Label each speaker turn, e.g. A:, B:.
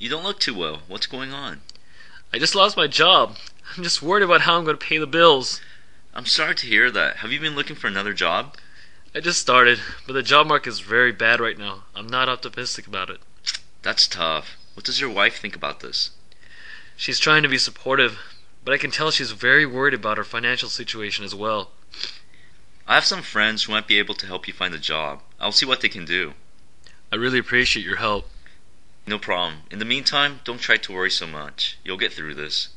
A: You don't look too well. What's going on?
B: I just lost my job. I'm just worried about how I'm going to pay the bills.
A: I'm sorry to hear that. Have you been looking for another job?
B: I just started, but the job market is very bad right now. I'm not optimistic about it.
A: That's tough. What does your wife think about this?
B: She's trying to be supportive, but I can tell she's very worried about her financial situation as well.
A: I have some friends who might be able to help you find a job. I'll see what they can do.
B: I really appreciate your help.
A: No problem. In the meantime, don't try to worry so much. You'll get through this.